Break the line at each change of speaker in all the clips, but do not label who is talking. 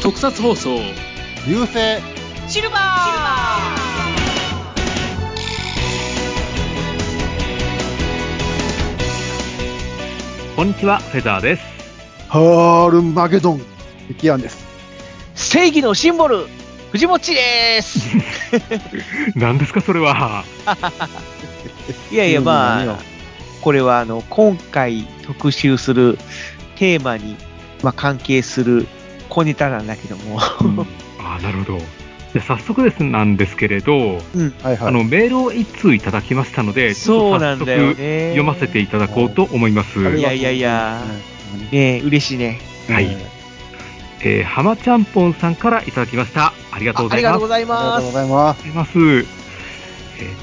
特撮放送
流星
シルバ
こんにちは、フェザーです。
ハールマゲドン敵案です
ー正義のシンボル藤もっちです。
何ですか、それは。
いやいや、
何
ま
よ
あ、これはあの、今回特集するテーマに、まあ、関係する小ネタなんだけども。
あーなるほど。じゃあ、早速ですなんですけれど、
うん。
はいはい
あのメールを一通いただきましたので、ちょ
そう
っと早
なん
速
だよね。
読ませていただこうと思います。
ありがとう
いやいやいやねえ嬉しいね。
うん
はいえー、浜ちゃんぽんさんからいただきました。ありがとうご
あ
ざ
り
い
が
ま
とう
す。
ござい
ありが
ま
とうご。
す
ざいます
ありがとうございます。えー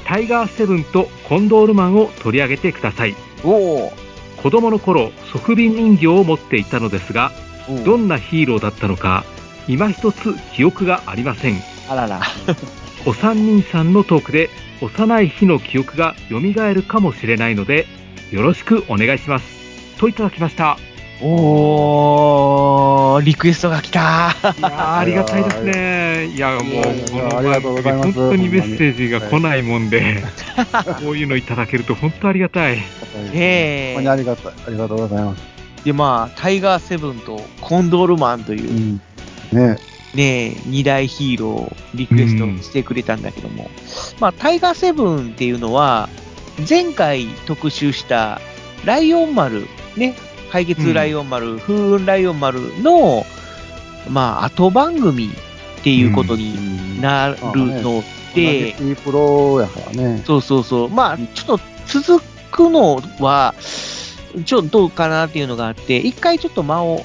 タイガーセブンとコンドールマンを取り上げてください。
おお。
子供の頃、ソフビ人形を持っていたのですが、どんなヒーローだったのか、今一つ記憶がありません。
あらら。
お三人さんのトークで幼い日の記憶が蘇るかもしれないのでよろしくお願いしますといただきました
おー、リクエストが来た。
いやーありがたいですねいやもうこの
ありがとうございます
番組本当にメッセージが来ないもんでこういうのいただけると本当ありがたい
ねえ
本当にありがたいありがとうございます
で、まあ、タイガーセブンとコンドールマンというう、
んね
ね、二大ヒーローをリクエストしてくれたんだけども、まあ、タイガーセブンっていうのは、前回特集したライオン丸、ね、怪月ライオン丸、風雲ライオン丸の、まあ、後番組っていうことになるので、
同じ T プロやからね
そうそうそう。まあ、ちょっと続くのは、ちょっとどうかなっていうのがあって、一回ちょっと間を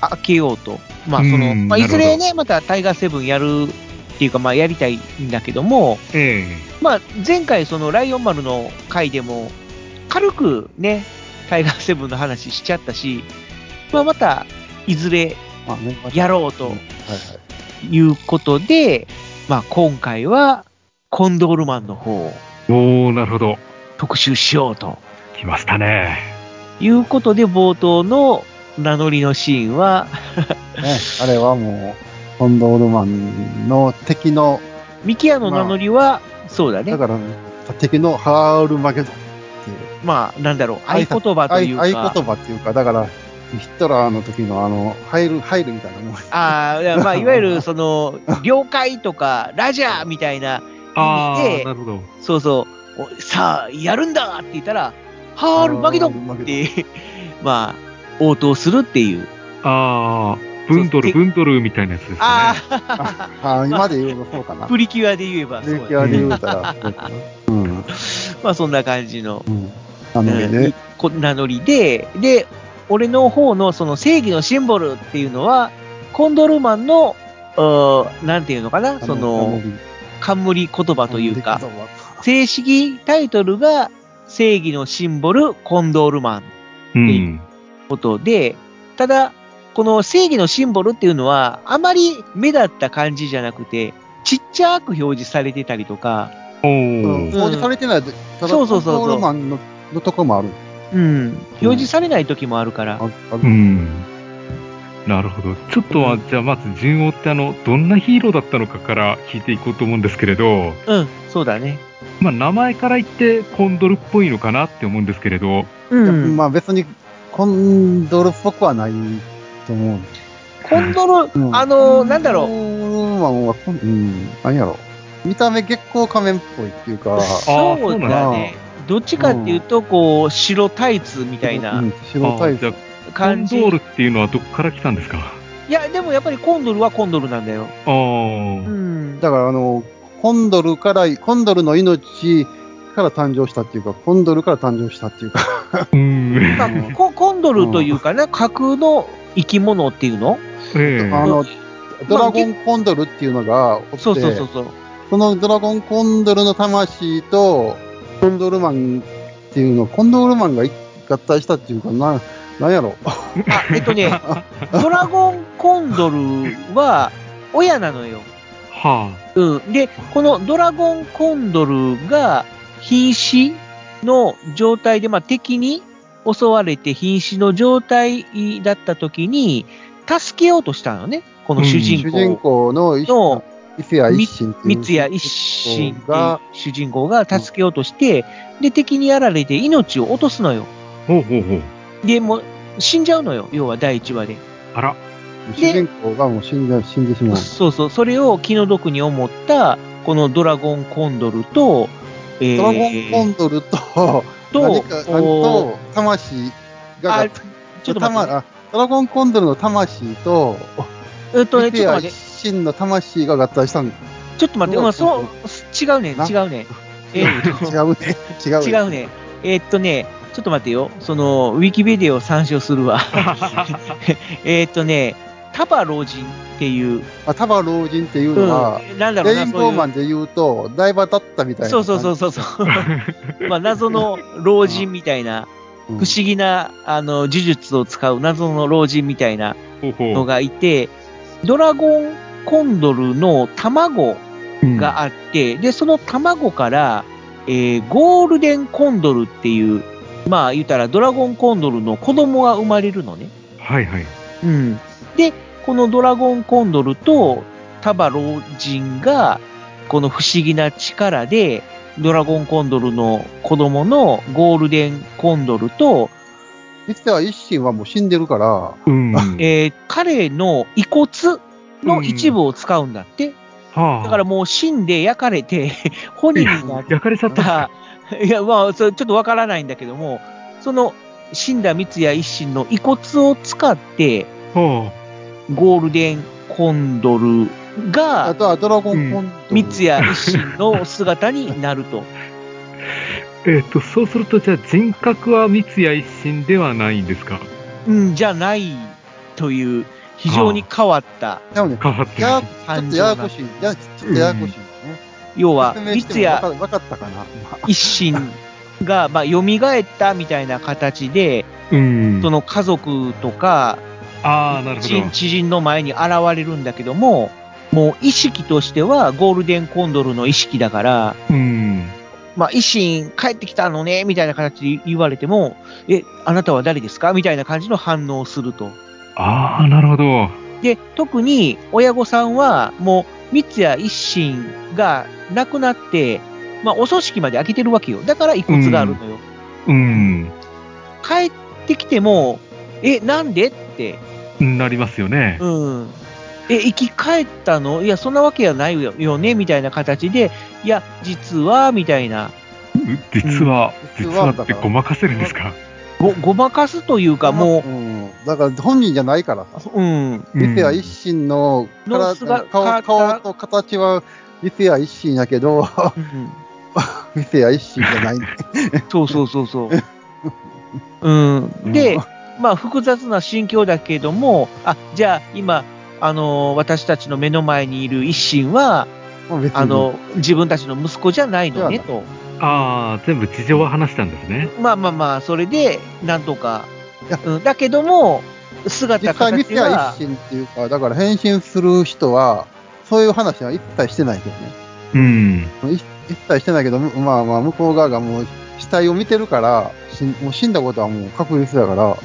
開けようと。まあ、その、
うん
まあ、いず
な
れね、またタイガーセブンやるっていうか、まあ、やりたいんだけども、
え
まあ、前回、その、ライオン丸の回でも、軽くね、タイガーセブンの話しちゃったし、まあ、また、いずれ
まあね
やろう
うんは
と
いはい
いうことで、まあ、今回は、コンドールマンの方を
えおおなるほど
特集しようと。
来ましたね
いうことで、冒頭の名乗りのシーンは、
ね、あれはもう、コンドールマンの敵の、
ミキアの名乗りは、そうだね
だ。から、敵のハールマゲドンっていう、
まあ、なんだろう、
挨
合言
拶
葉と
合
いう
言
か。
葉っていうか、だから、ヒットラーの時のあの、入る、入るみたいなもん。
ああ、い やまあ、いわゆる、その、了解とか、ラジャーみたいな、
あ
ええ
あなるほど
そうそう、おさあ、やるんだって言ったら、ハールマゲド
ハール
ン
マ
っ
ゲ
て、まあ、応答するっていう。
ああブンドルブンドルみたいなやつですか
あ
ね
あ、
あ、今で言うのそうかな。
プリキュアで言えば、そう
プ
だ
リ
ね
キュアで言うたら、そうかなうん。うん。
まあ、そんな感じの。
なのでね、
こ名乗りで、で、俺の方のその正義のシンボルっていうのは、コンドルマンの、うーなんていうのかな、その、冠言葉というか、正式タイトルが正義のシンボル、コンドルマン
うん
ことで、ただ、この正義のシンボルっていうのは、あまり目立った感じじゃなくて、ちっちゃく表示されてたりとか、
お
うん。
お
表示されてない、ただ
そうそうそうそう
コンドールマンののとこもある。
うん、表示されない時もあるから、
ああ
う
る
ん。なるほど。ちょっとは、じゃあまず順を追って、あの、どんなヒーローだったのかから聞いていこうと思うんですけれど、
うん、そうだね。
まあ、名前から言ってコンドルっぽいのかなって思うんですけれど、
う
いやまあ別にコンドルっぽくはないと思う。
コンドロ、
うん
あの、なんだ
コ
ろ
ンドルマンはコン、うん、なんやろ。見た目月光仮面っぽいっていうか
う、、そう
そう
な
だ
ん
ね
だ。
どっちかっていうと、こう、白タイツみたいな
うん、白タイツ
あーじゃコ
感
ンド
じ。
ールっていうのはどこから来たんですか
いや、でもやっぱりコンドルはコンドルなんだよ。
あ
う
ー
ん。
だからあの、コンドルから、コンドルの命から誕生したっていうか、コンドルから誕生したっていうか、
うん。え
まあココンドルというかな、架空の生き物っていうの
え
あの、ドラゴン
ま
コンドルっていうのがおって、
そうそうそうそう。
そのドラゴンコンドルの魂と、コンドルマンっていうの、コンドルマンが合体したっていうかな、なんやろ。
あ、えっとね、ドラゴンコンドルは、親なのよ。
は
うん。で、このドラゴンコンドルが瀕死の状態で、まあ、敵に襲われて瀕死の状態だった時に、助けようとしたのね。この主人
主
公。
人公の一
の
伊勢谷一心ってい
三
う。
谷一心っていう
が
主人公が助けようとして、で、敵にやられて命を落とすのよ。
あ。ほうほうほう。
で、もう死んじゃうのよ。要は第1話で。
あ ら。
主人公がもう死んで死んでしまう。
そうそう。それを気の毒に思った、このドラゴンコンドルと、えー
ドラゴンコンドルと、何か、何
お
と、魂が
あ
合体、
ちょっと待って、
あドラゴンコンドルの魂と、
えっとね、
伊
ち
勢
ょっと
谷
待っ
一
て、
心の魂が合体したん違
ちょっと待って、
どう
ま
だ
あ、
ったの
そう、違うね、
な
違う ね。えー
うね。違うね。
違うね。えーっとね、ちょっと待ってよ。その、ウィキペディアを参照する わ。えーっとね、タバ老人っていう、
あ、タバ老人っていう
う
のは、
ん、なんだろう
レイ
な、
ン
そう
ボー
い
マ
う。
ンで言うと、ダイバーだったみたいな。
そうそうそうそう そう。まあ、謎の老人みたいな、
うん。
不思議な、あの、呪術を使う謎の老人みたいな
ほうほ
のがいて、ドラゴンコンドルの卵
う。
があって、で、その卵から、えーゴールデンコンドルっていう、まあ言ったらドラゴンコンドルの子供が生まれるのね。
はいはい。
うん。で、このドラゴンコンドルとタバ老人が、この不思議な力で、ドラゴンコンドルの子供のゴールデンコンドルと、
実は一心はもう死んでるから、
うん。
えー彼の遺骨の一部を使うんだって。
はあ。
だからもう死んで焼かれ て、骨になっ
焼かれちゃった。
た、 いや、まあ、それちょっとわからないんだけども、その死んだ三谷一心の遺骨を使って、
は
ゴールデンコンドル
あ
が
とはドラゴンコンドル。
三谷一心の姿になると。
あ。えっと、そうすると、じゃあ人格は三谷一心ではないんですか
うん、じゃないという、非常に変わった。
でもね、
変わって
や
な
や
い。
ちょっとややこしい。やちょっとややこしいね。
要は、
説明
三
してもわか
谷
わかったかな。
一心が、まあ、蘇ったみたいな形で、
うん。
その家族とか、
ああ、なるほど。
知知人の前に現れるんだけども、もう意識としてはゴールデンコンドルの意識だから、
うん。
まあ、維新帰ってきたのね、みたいな形で言われても、え、あなたは誰ですかみたいな感じの反応をすると。
ああ、なるほど。
で、特に親御さんはもう三谷一心が亡くなって、まあ、お葬式まで開けてるわけよ。だから遺骨があるのよ。
うん。
帰ってきても、え、なんでって
なりますよね。
うん。え、生き返ったのいや、そんなわけはないよよねみたいな形で、いや、実は、みたいな。
う実は、
うん
実は
実はだから
ってごまかせるんですか
ご、ごまかすというか、も
うん。だから本人じゃないからさ。
う、うん。
伊勢谷一心の
の
体
姿
顔顔と形は伊勢谷一心やけど、
うん
伊勢谷一心じゃ ない。
そうそうそ うそう。うん。で、まあ、複雑な心境だけども、あ、じゃあ、今、あのー私たちの目の前にいる一心は、
もう別に
あの、自分たちの息子じゃないのね、
じ
と。
ああ、全部事情は話したんですね。
まあまあまあ、それで、なんとか
いや。
うん、だけども、姿
実際三
形
谷
は
一、心っていうか、だから変身する人は、そういう話は一切してないけどね。
うん。
い一切してないけど、むまあまあ、向こう側がもう死体を見てるから、死んもう死んだことはもう確実だから、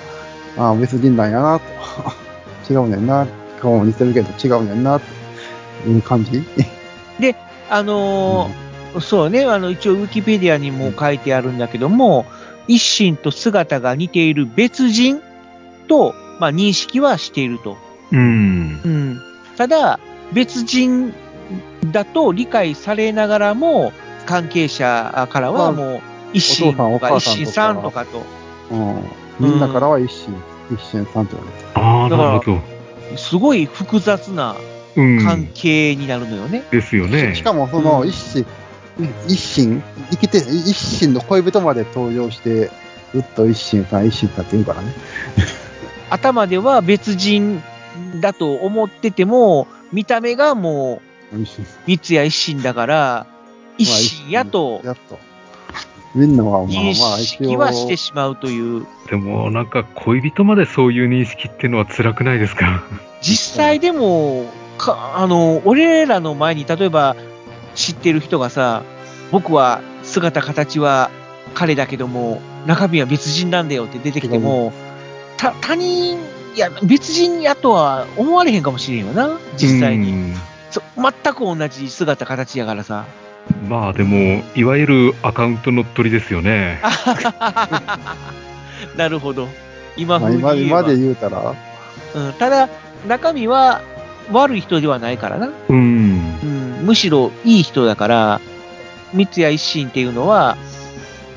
ああ、別人なんやな、と。違 うねんな。顔も似てるけど違うねんな、という感じ。
あのーそうね、あの、一応、ウィキペディアにも書いてあるんだけども、一心と姿が似ている別人と、まあ、認識はしていると。
うん。
うん、ただ、別人だと理解されながらも、関係者から
ま
はもう、一心と
お父さ
か
んお母
一
さんとか
心さんとかと、
うん。みんなからは一心、一心さんって言われてる。
ああ、
だから
なるほど。
すごい複雑な
うん。
関係になるのよね。
ですよね。
ししか
も、
もその一心、一心、生きて、一心の恋人まで登場して、ずっと一心さん、一心さんって言うからね。
頭では別人だと思ってても、見た目がも
一心さん
う、三谷一心だから、一心やと、
やっと。みんなはまあま
認
あ一
識
応。
はしてしまうという。
でも、なんか恋人までそういう認識っていうのは辛くないですか
実際でも、か、あの、俺らの前に、例えば、知ってる人がさ、僕は姿形は彼だけども、中身は別人なんだよって出てきても、た、他人、いや、別人やとは思われへんかもしれんよな、実際に。
に。
そ全く同じ姿形やからさ。
まあでも、いわゆるアカウント乗っ取りですよね。
なるほど。今
まあ
風に
今
言えば
今で言うたら、
うん、ただ、中身は悪い人ではないからな。
うん
う。ん、むしろいい人だから、三谷一心っていうのは、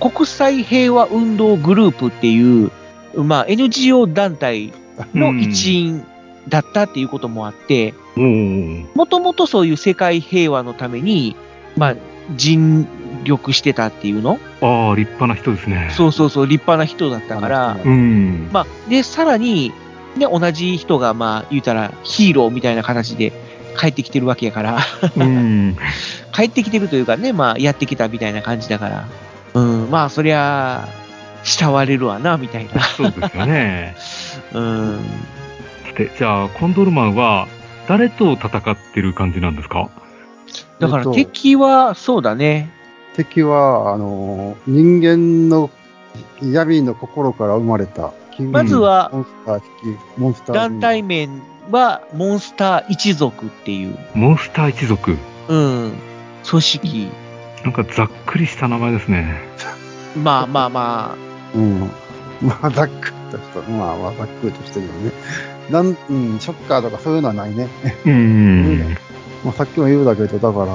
国際平和運動グループっていう、まあ、NGO 団体の一員だったっていうこともあって、
員。
もともとそういう世界平和のために、まあ、尽力してたっていうの
おお。ああ、立派な人ですね。
そうそうそう、立派な人だったから、
うん。
まあ、で、さらに、ね、同じ人が、まあ、言うたらヒーローみたいな形で帰ってきてるわけやから、
うん。
帰ってきてるというかね、まあ、やってきたみたいな感じだから、うん、まあ、そりゃ、慕われるわな、みたいな。
そうですよね。
うん。
さて、じゃあ、コンドルマンは、誰と戦ってる感じなんですか
だから
えっと
敵は、そうだね。
敵は、あの、人間の闇の心から生まれた、キング
まずは、
モンスター的、モンスター。
団体名は、モンスター一族っていう、
モンスター一族。
うん、組織。
なんかざっくりした名前ですね。
まあまあま
うん。まあ、ざっくりとした、まあ、まあ、ざっくりとしてるよね。なん、うん、ショッカーとかそういうのはないね。
うん。
まあ、さっきも言うだけど、だから、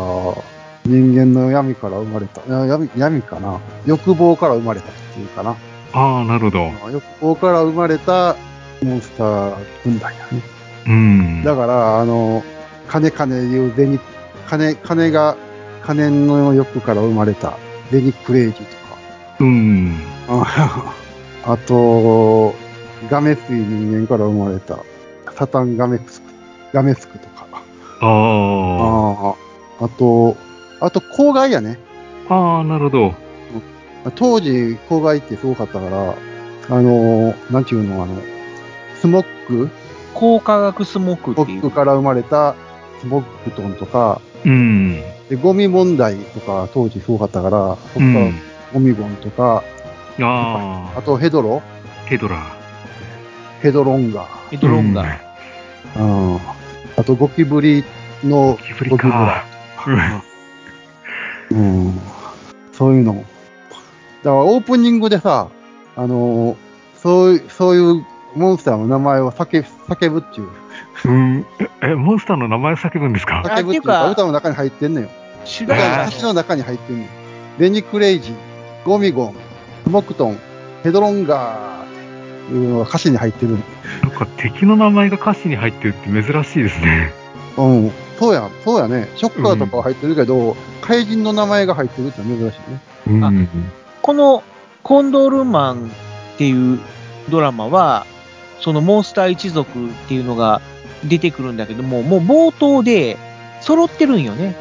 人間の闇から生まれた。いや闇、闇かな。欲望から生まれたっていうかな。
ああ、なるほど。
欲望から生まれたモンスター軍団やね。
うん。
だから、あの、金金いう銭、金、金が、金の欲から生まれた、ゼニクレイジと
うん。
か、うん あと、ガメスイ人間から生まれた、サタンガメスク、ガメスクとか、
あ
あああと、あと、郊外やね。
あ。ああ、なるほど。
当時、郊外ってすごかったから、あの、なんていうの、あの、スモック、
あ、高化学スモー
ス
ク
モ
ってい
ッ
う
ク。から生まれたスモックトンとか、
うん。
で、ゴミ問題とか当時すごかったから、そっ
う
から
ん。
ゴミゴンとか、
あ
あとヘドロ
あ、ヘドラ。
ヘドロンガ
ヘドロンガ
うん
ー。
ー。うん。あとゴキブリの
ゴキブリか。
うん。そういうの。だからオープニングでさ、あのーそういう、そういうモンスターの名前を叫叫ぶっていう。
うん。え、えモンスターの名前を叫ぶんですか
叫ぶっていう
あ
か、
っていうか
歌の中に入ってんのよ。
主
だ
題
から
歌
歌詞の中に入ってんのよ。レニクレイジ、ゴミゴン、スモクトン、ヘドロンガーっていうのが歌詞に入ってるの。
なんか敵の名前が歌詞に入ってるって珍しいですね。
うん、そうや、そうやね。ショッカーとかは入ってるけど、怪人の名前が入ってるってのは珍しいね。
うん。
このコンドールマンっていうドラマは、そのモンスター一族っていうのが出てくるんだけども、もう冒頭で揃ってるんよね。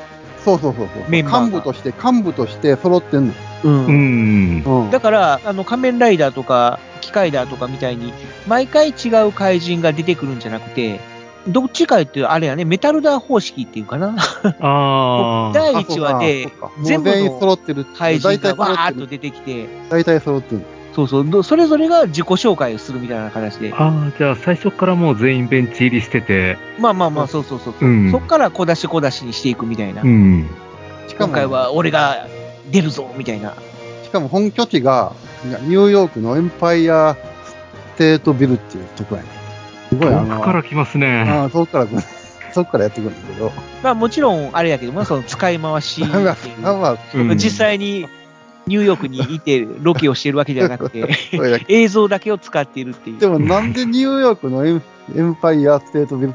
そうそうそうそう。
メンバーが
幹部として、幹部として揃ってん
う。
うんん。
の。うん。
だから、あの、仮面ライダーとか、機械だとかみたいに、毎回違う怪人が出てくるんじゃなくて、どっちかっていうとあれやね、メタルダー方式っていうかな。
ああ。
第1話で
あそうかそうか
全部
もう全員
の
揃ってる。
怪人がわーっと
る。
出てきて、
大体揃ってる。
そうそうど、それぞれが自己紹介をするみたいな形で。
ああ、じゃあ最初からもう全員ベンチ入りしてて。
まあまあまあ、そうそうそうそう。
うん
そっから小出し小出しにしていくみたいな。
うん。
しか
今
も、
回は俺が出るぞみたいな。
しかも本拠地が、ニューヨークのエンパイアステートビルっていうとこやね。すごい、あ
遠
の、
くから来ますね。
あー遠くから来る、 遠くからやってくるんだけど、
まあもちろんあれだけども、その使い回しって
まあ
い
まあ
う。
まあ、
うん
実際にニューヨークにいてロケをしてるわけじゃなくて、
それだけ
映像だけを使っているってい
で
う。
もなんでニューヨークのエンエンパイアステートビル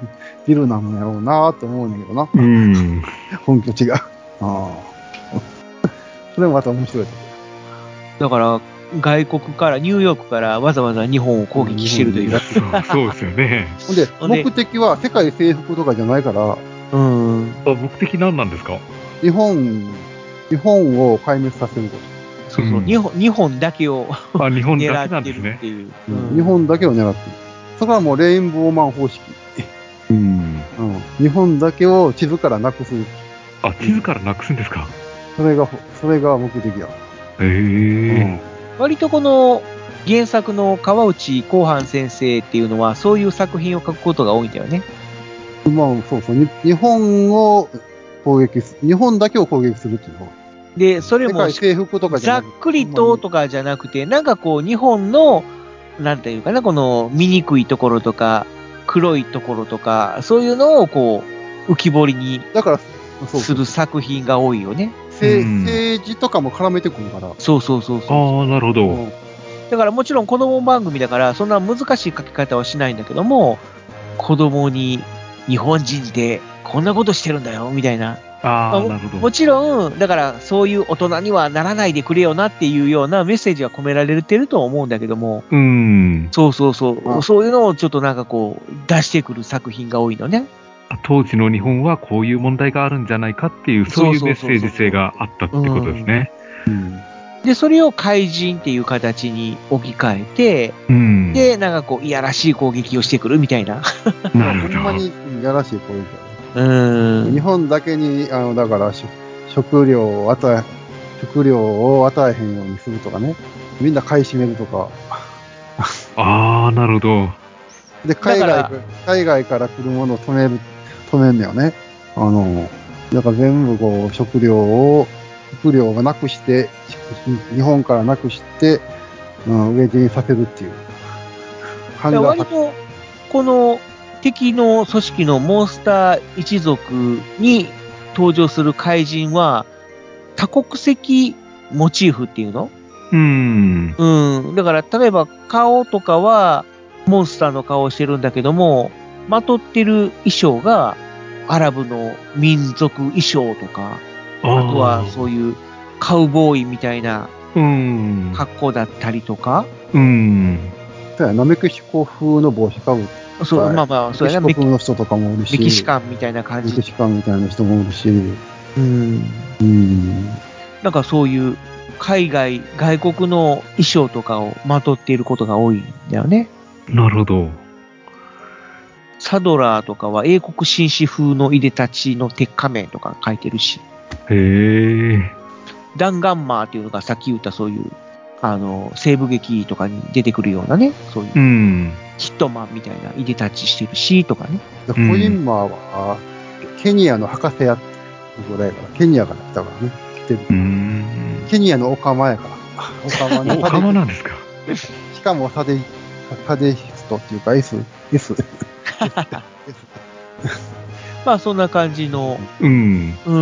ビルなんやろうなと思うんだけどな、
うん。
本拠地が。ああ それもまた面白いとこ
だから外国から、ニューヨークからわざわざ日本を攻撃してるという。
そうそうですよね。
ほんで、
ほんで
目的は世界征服とかじゃないから、
うん。
あ目的何なんですか
日本、日本を壊滅させるこ
そうそう。
うん
日本日本だけを
あ、日本だけ
狙
な
っ
ん
て
です
るっ
ね。
ていう。
と。
うん
日本だけを狙ってる。そこはもうレインボーマン方式。
うん。
うん。日本だけを地図からなくす。
あ、地図からなくすんですか。
それが、それが目的や。
へえ。
割とこの原作の川内広範先生っていうのは、そういう作品を書くことが多いんだよね。
うん。まあ、そうそう。に日本を攻撃す、日本だけを攻撃するっていうのは。
で、それ
世
も
界征服とかじ
ざ
ゃな
っ
くて
くりととかじゃなくて、なんかこう、日本の、なんていうかな、この醜いところとか、黒いところとか、そういうのをこう、浮き彫りに
だから、そう
す
そう
る作品が多いよね。
せ
うん
政治とかも絡めてくるから。
そうそうそうそう。
ああ、なるほ
う
ど。
ん
だからもちろん子供番組だから、そんな難しい書き方はしないんだけども、子供に日本人でこんなことしてるんだよ、みたいな。
ああ、
も
なるほ
も
ど。
ちろん、だからそういう大人にはならないでくれよなっていうようなメッセージが込められてると思うんだけども、
うん。
そうそうそう、
うん
そういうのをちょっとなんかこう、出してくる作品が多いのね。
当時の日本はこういう問題があるんじゃないかっていう、そういうメッセージ性があったってことですね。
で、それを怪人っていう形に置き換え
うん。
て、で、なんかこう、いやらしい攻撃をしてくるみたい な。
なる
ほん
ほど。
まにやらしいこういう
うー
日
ん。
本だけに、あの、だから、し食料を与え、食料を与えへんようにするとかね。みんな買い占めるとか。
ああ、なるほど。
で、海
だ
外
か
か、海外から来るものを止める、止めんのよね。あの、だから全部こう、食料を、食料がなくして、し日本からなくして、うん、飢え死にさせるっていう。ハンガー
割と、この敵の組織のモンスター一族に登場する怪人は、多国籍モチーフっていうの
うん。
うん。だから、例えば顔とかは、モンスターの顔をしてるんだけども、まとってる衣装が、アラブの民族衣装とか、あとはそういうカウボーイみたいな
うん。
格好だったりとか、
うん。
そうやな、メキシコ風の帽子かぶって、
そう、
はい
まあまあ、そ
メ
う
キ
や
シ
な、
コ
メキ
風の人とかもおるし、
メキシカンみたいな感
メキ
じ。
シカンみたいな人もおるし、
うん。
うん。
なんかそういう海外、外国の衣装とかをまとっていることが多いんだよね。
なるほど。
サドラーとかは英国紳士風のいでたちの鉄仮面とか書いてるし、
へえ。
ダンガンマーっていうのがさっき言ったそういう、あの、西部劇とかに出てくるようなね、そういう
うん。
ヒットマンみたいないでたちしてるし、とかね。
でコインマーは、ケニアの博士やっていうことやから、ケニアから来たからね、来てる。
うん。
ケニアのオカマやから。オカマ
お
の
釜なんですか。
しかもサデ、サデヒストっていうか S、S。
まあそんな感じの、
うん。
う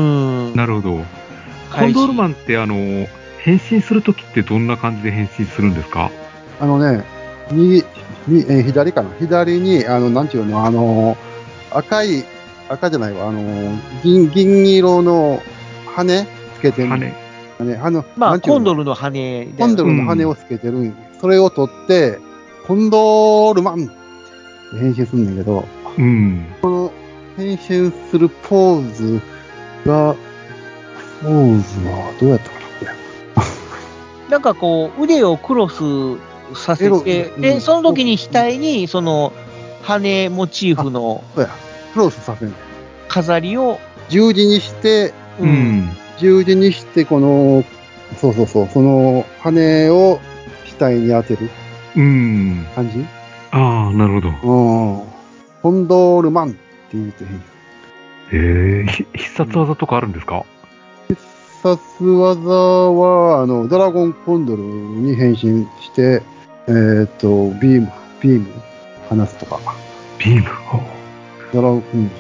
ん。
なるほど。コン
怪人
ドールマンって、あの、変身するときってどんな感じで変身するんですか
あのね、右、右えー左かな。左に、あの、なんていうの、あの、赤い、赤じゃないわ、あの、銀、銀色の羽つけてる。
羽。
羽。あの、
ま
な
あ
んていう
コ
の
ンドルの羽で。
コンドルの羽をつけてるんよ、それを取って、コンドールマンって変身するんだけど、
うん。
変身するポーズが、ポーズはどうやったかな、これ。
なんかこう、腕をクロスさせ
え
て、
うん
で、その時に額に、その、羽モチーフの
そうや、クロスさせる。
飾りを、
十字にして、
う、
うんん。
十字にして、この、そうそうそう、その羽を額に当てる
うん。
感じうん。
ああ、なるほど。
コンドールマンって言うて変。
へえ。ひ必殺技とかあるんですか
必殺技は、あの、ドラゴンコンドルに変身して、えーっと、ビーム、ビーム、放すとか。
ビーム。
ドラゴン、うん。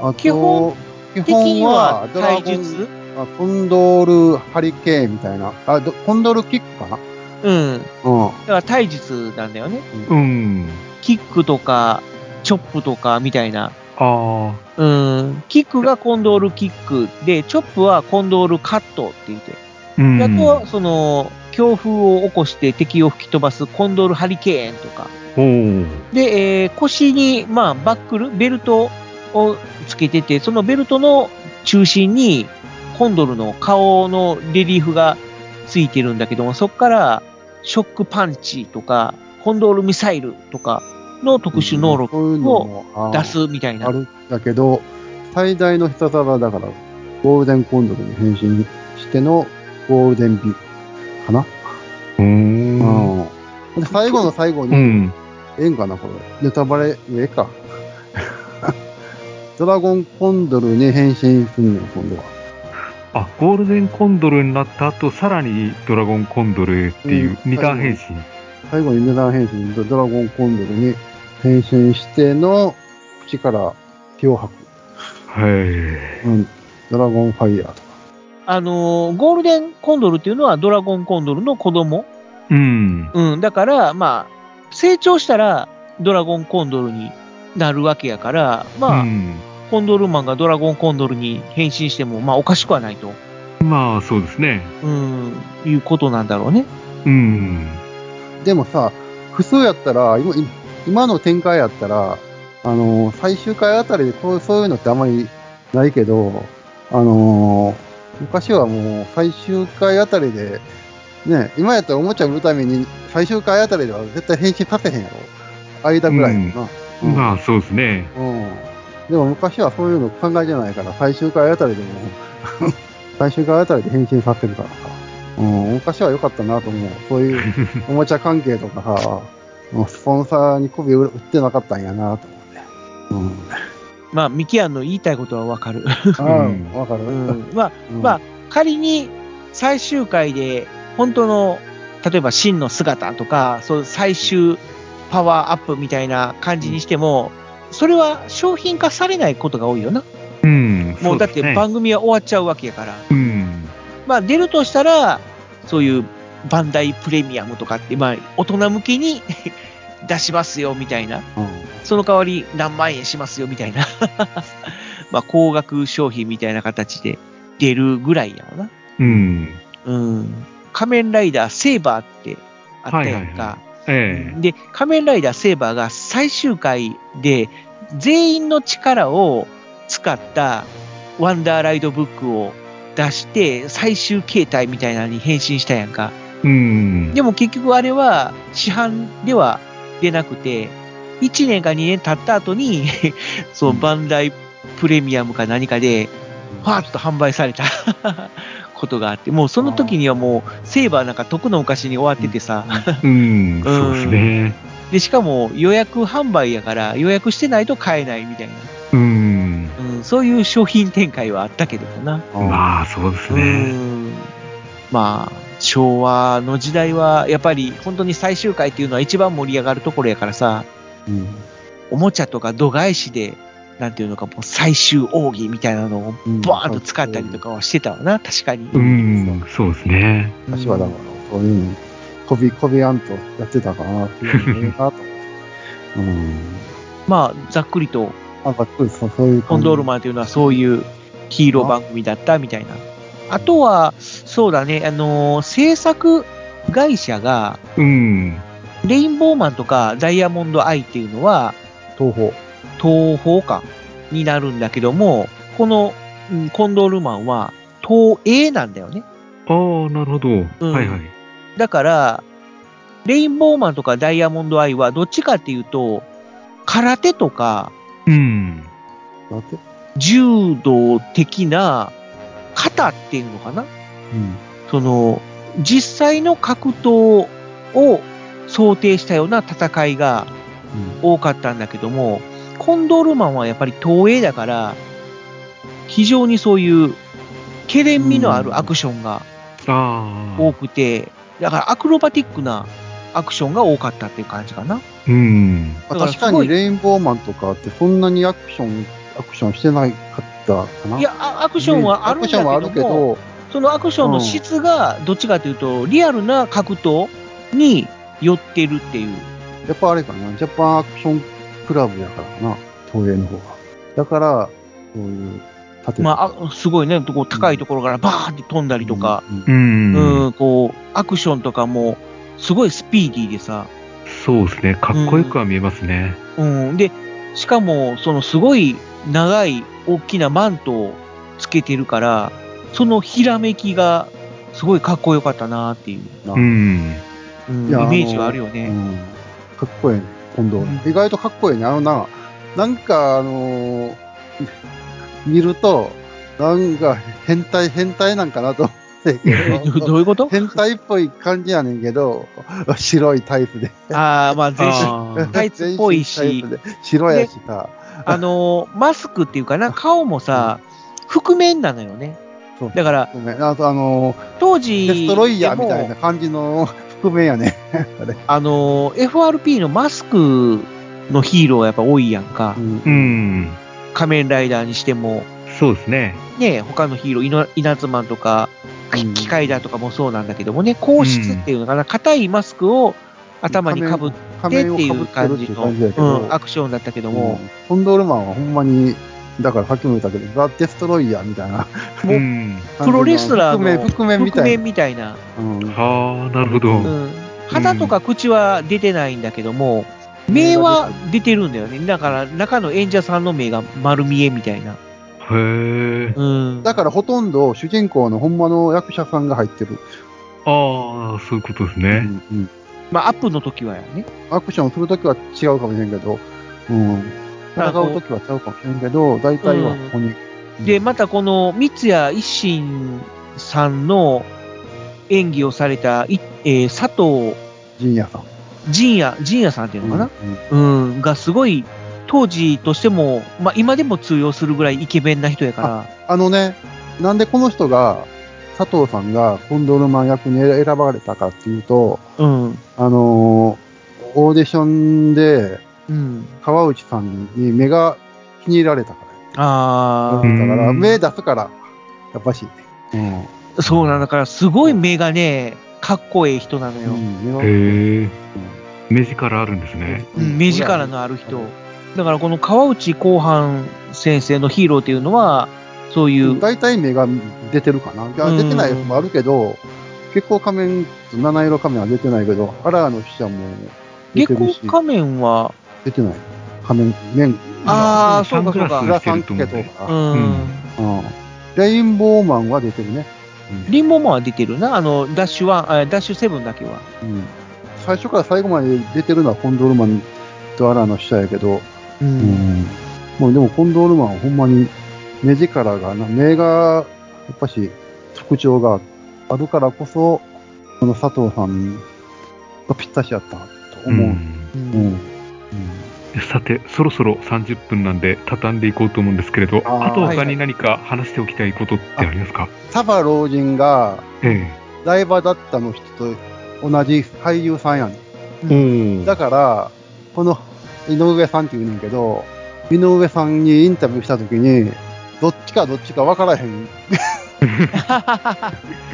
あと、
基本
基
的
本
には
は、ドラ
体
ゴン、
術
あコンドールハリケーンみたいな。あ、どコンドルキックかな
うん。だ
うん。
から体術なんだよね。
うん。
キックとか、チョップとか、みたいな。
あ
うん。キックがコンドールキックで、チョップはコンドールカットって言って。
あ。うん。
あとは、その、強風を起こして敵を吹き飛ばすコンドールハリケーンとか。
おー
で、えー腰に、まあ、バックル、ベルトをつけてて、そのベルトの中心に、コンドルの顔のレリーフがついてるんだけども、そこから、ショックパンチとか、コンドールミサイルとか、の特殊能力
そういうの
を
もあー
出すみたいな。
あるんだけど、最大の必殺技だから、ゴールデンコンドルに変身してのゴールデンビかな、
うー。
うんんで最後の最後
う
に、
ん。
ええんかな、これ。ネタバレ、ええか。 ドラゴンコンドルに変身すんねん、今度は。
あ、ゴールデンコンドルになった後、さらにドラゴンコンドルっていう
うん
二段変身。
最後に値段変身ドラゴンコンドルに変身しての口から火を吐
はい。
く、うん、ドラゴンファイヤーとか、
あのーゴールデンコンドルっていうのはドラゴンコンドルの子供。
うん。
うん、だから、まあ、成長したらドラゴンコンドルになるわけやから、まあ、
うん
コンドルマンがドラゴンコンドルに変身しても、まあ、おかしくはないと、
まあ、そうですね。
うん、いうことなんだろうね。
うん。
でもさ普通やったら今今今の展開やったらあのー最終回あたりでこうそういうのってあまりないけどあのー昔はもう最終回あたりでね今やったらおもちゃ売るために最終回あたりでは絶対変身させへんやろ間ぐらいやもんな、うん
まあ、そうですね。
うん。でも昔はそういうの考えてないから、最終回あたりでも、 最終回あたりで変身させるからさ。うん、昔は良かったなと思う。そういうおもちゃ関係とかさ、うんスポンサーに媚び売ってなかったんやなと思って。
まあ、ミキアンの言いたいことはわかる。
うん。ああ、
うん
わかる。
うん、まあ、
うん
まあ、仮に最終回で、本当の、例えば真の姿とか、そう最終パワーアップみたいな感じにしても、それは商品化されないことが多いよな。
うん。
もうだっ
そです
て
ね
番組は終わっちゃうわけやから。
うん。
まあ出るとしたら、そういうバンダイプレミアムとかって、まあ大人向けに 出しますよみたいな。
うん
その代わり何万円しますよみたいな。 まあ高額商品みたいな形で出るぐらいやろな。
うん。
うん。仮面ライダーセーバーってあったやんか。
はえ
で、仮面ライダーセーバーが最終回で全員の力を使ったワンダーライドブックを出して最終形態みたいなのに変身したやんか。
え。うん。
でも結局あれは市販では出なくて、1年か2年経った後に、そう、バンダイプレミアムか何かで、ファーッと販売され たことがあって、もうその時にはもう、セーバーなんか得のお菓子に終わっててさ、
うん。そうですね。
で、しかも予約販売やから、予約してないと買えないみたいな、
うん。
うん、そういう商品展開はあったけどもな。
まあ、そうです
う
ね。
ん。まあ、昭和の時代は、やっぱり本当に最終回っていうのは一番盛り上がるところやからさ、
うん
おもちゃとか度外視で、なんていうのか、もう最終奥義みたいなのを
うん
バーンと使ったりとかはしてたわな、確かに。
う
うん
ん。そうですね。
昔はだから、そういうの、こび、こびあんとやってたかなっていうのがあったと思って。うん。
まあ、ざっくりと、
なんか、そうそういう感じ。
コンドールマンというのはそういうヒーロー番組だったみたいな。あとは、そうだね、あのー制作会社が、
うん。
レインボーマンとかダイヤモンドアイっていうのは、
東宝。
東宝かになるんだけども、このうんコンドールマンは東映なんだよね。
ああ、なるほど。
うん
はいはい。
だから、レインボーマンとかダイヤモンドアイはどっちかっていうと、空手とか
うん。
だって。
柔道的な型っていうのかな
うん。
その、実際の格闘を想定したような戦いが多かったんだけども、コンドールマンはやっぱり東映だから、非常にそういう、けれんみのあるアクションが
ああ。
多くて、だからアクロバティックなアクションが多かったっていう感じかな。
うん。
まあ
だから
確か
すごい
にレインボーマンとかってそんなにアクション、アクションしてなかったかな。
いや、あアクションはあるんだけども、
アクションは
そのアクションの質がどっちかというと、リアルな格闘に寄ってるっていう。
あるけど、やっぱあれかな、ジャパンアクションクラブやからかな、東映の方が。だから、そういう、縦
まああ、すごいね、こう高いところからバーって飛んだりとか、、
うんうん
うん。
うん、こう、アクションとかも、すごいスピーディーでさ、
そうですね。かっこよくは見えますね。
うん、で、しかも、そのすごい長い大きなマントをつけてるから、そのひらめきがすごいかっこよかったなっていう、
な
うん。
うん、
いや
イメージはあるよ
う
ね。
んかっこええね。今度、
うん
意外とかっこいいね。あのな、なんか、あのー見ると、なんか変態、変態なんかなと思ってけ
どど
ど、
うい うこと
変態っぽい感じやねんけど、 白いタイプで。
ああ、まあ、全
あー
身、タイツっぽい
全身
し
タイ、プで白やしさ。
あのー、マスクっていう かな、顔もさ、覆面なのよね。
そう
だから、
ごめん。あと、あのー
当時、
デストロイヤーみたい
で
な
も
感じの 覆面やね。あれ。
あのー、FRP のマスクのヒーローはやっぱ多いやんか
う。ん
うん。
仮面ライダーにしても、
そうですね。
ね、他のヒーローイノ、イナズマンとか、
うん
機械だとかもそうなんだけどもね、硬質っていうのかな、硬いマスクを頭にかぶってっていう感
仮面を被ってるっ
じの、
ていう感じやけど
うんアクションだったけども、
コンドールマンはほんまに、だからさっきも言ったけど、ザ・デストロイヤーみたいな。
う
もう
ん。
プロレスラー
感じ
の
覆面、覆面みたいな。
みたい
うん
な。
ああ、なるほど。
うん肌とか口は出てないんだけども、目は出てるんだよね。だから中の演者さんの目が丸見えみたいな。
へえ。
うん。
だからほとんど主人公のほんまの役者さんが入ってる。
ああ、そういうことです
う
ね。
んうん
まあ、アップの時はやね。
アクションするときは違うかもしれんけど、うん戦うときはちゃうかもしれんけど、大体はここに。うん
で、またこの三谷一心さんの演技をされた、いえー佐藤
陣屋さん。
仁也、仁也さんっていうのかな、
うん
うん、がすごい、当時としても、まあ今でも通用するぐらいイケメンな人やから、
あのね、なんでこの人が、佐藤さんがコンドールマン役に選ばれたかっていうと、
うん、
あのーオーディションで
うん、
川内さんに目が気に入られたから。
あ
う
ー
ん
だから、目出すから、やっぱし。うん。
そうなんだから、すごい目がね、かっこええ人なのよ。
目は、
へえ。目力あるんですね。
うん目力のある人。だからこの川内後半先生のヒーローっていうのは、そういううん
大体目が出てるかな。いや
うん
出てないやつもあるけど、結構仮面、七色仮面は出てないけど、アラーの死者も出
月
てる
光
し、
仮面は、
出てない。仮面、面、
あー
サングラス
そうかそう
グラ
し
サ
て
ン
ると
つ
思
け
う
と
ね。
か、
うん、
うん
うんレインボーマンは出てるね。
リンボマンは出てるな、あの、ダッシュワン、あダッシュセブンだけは。
うん最初から最後まで出てるのはコンドールマンとアラーの死者やけど、
う。
うんんもうでもコンドールマンはほんまに目力がな、目がやっぱし特徴があるからこそ、この佐藤さんがぴったしやったと思う。
うん
うん
さて、そろそろ30分なんで、畳んでいこうと思うんですけれど、
あー
あと
はいは
他
い
に何か話しておきたいことってありますか
サバ老人が
え
ライバーだったの人と同じ俳優さんやね
え。お
だから、この井上さんって言うねんけど、井上さんにインタビューしたときに、どっちかどっちか分からへ ん。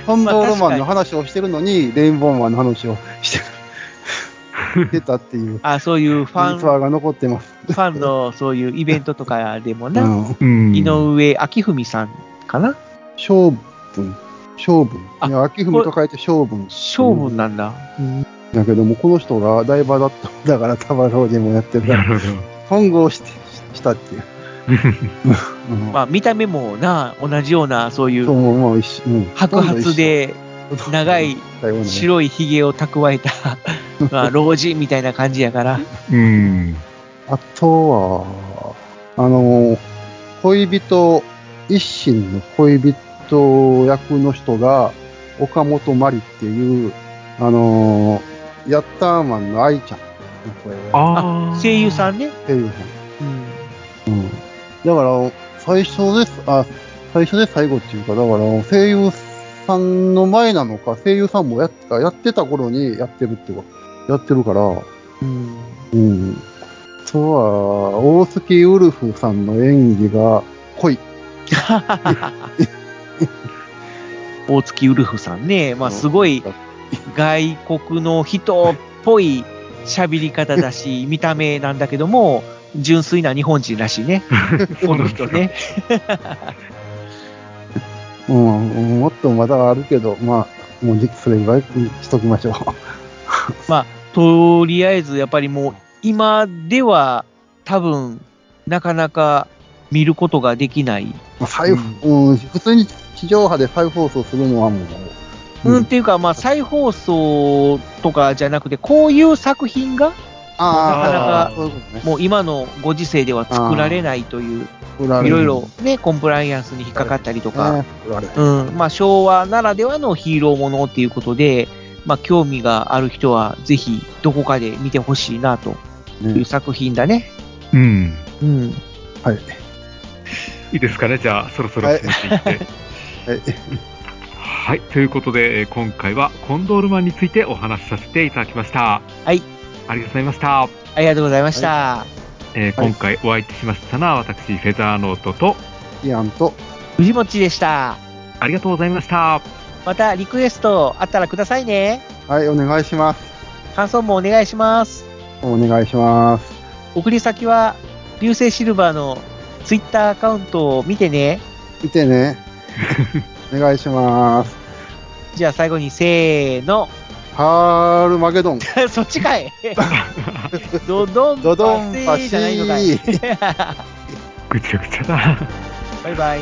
コンドールマンの話をしてるのに、レインボーマンの話をしてるし てたっていう、
あ、そういうフ
ファ
ァ
ン
ン、
ツアーが残ってます。
ファンのそういうイベントとかでも
う
な、
ん。
うん。
井上明文さんかな
勝分。勝分。
あ
いや、秋文と書いて勝分。
勝負なんだ。うん
だけども、この人がダイバーだったんだから、タバロージもやってるか
な
ら、
るほど。
本郷してししたっていう。うん
まあ見た目もな、同じようなそうい
そうう、もう一緒うん
白髪で長い
い。
白いひげを蓄えた、まあ老人みたいな感じやから。
うん。
あとは、あの、恋人、一心の恋人役の人が、岡本真理っていう、あの、ヤッターマンの愛ちゃんの声をや
ああ。
声優さ
ん。
んね。
ってる。
うん
うん。だから、最初です、あ、最初で最後っていうか、だから、声優さんの前なのか、声優さんもやっやってた頃にやってるってこと、やってるから、
うん
うん。あとは、大月ウルフさんの演技が濃い。
大月ウルフさんね。まあすごい外国の人っぽい喋り方だ し、見た目なんだけども、純粋な日本人らしい ね。この人ね。
うん、うんもっとまだあるけど、まあ、もうじそれぐらいにしときましょう。
まあ、とりあえずやっぱりもう今では多分なかなか見ることができない。
まあ再うん、普通に地上波で再放送するのはもう、
うん、っていうかまあ再放送とかじゃなくて、こういう作品が
ああ、
なかなか
そういうことね。
もう今のご時世では作られないという、
振られる
いろいろね、コンプライアンスに引っかかったりとか、
ね、振られる
うん、まあ昭和ならではのヒーローものっていうことで、まあ興味がある人はぜひどこかで見てほしいなという
ね。
作品だね。
うん。
うん。
はい。
いいですかね、じゃあ、そろそろ決めていって。
はい。
はい、ということで、えー今回はコンドールマンについてお話しさせていただきました。
はい。
ありがとうございました。
ありがとうございました。
えー
はい
今回お相手しましたのは、私、フェザーノートと、
イアンと、
藤持でした。
ありがとうございました。
またリクエストあったらくださいね。
はい、お願いします。
感想もお願いします。
お願いします。
送り先は、流星シルバーのツイッターアカウントを見てね。
見て ね。お願いします。
じゃあ最後にせーの。
ハールマゲドン。
そっちかいドドン
ドド
パ
ン
シ
パ
ーじ
シ
ゃないのかい。
ー。
ぐちゃぐちゃだ。
バイバイ。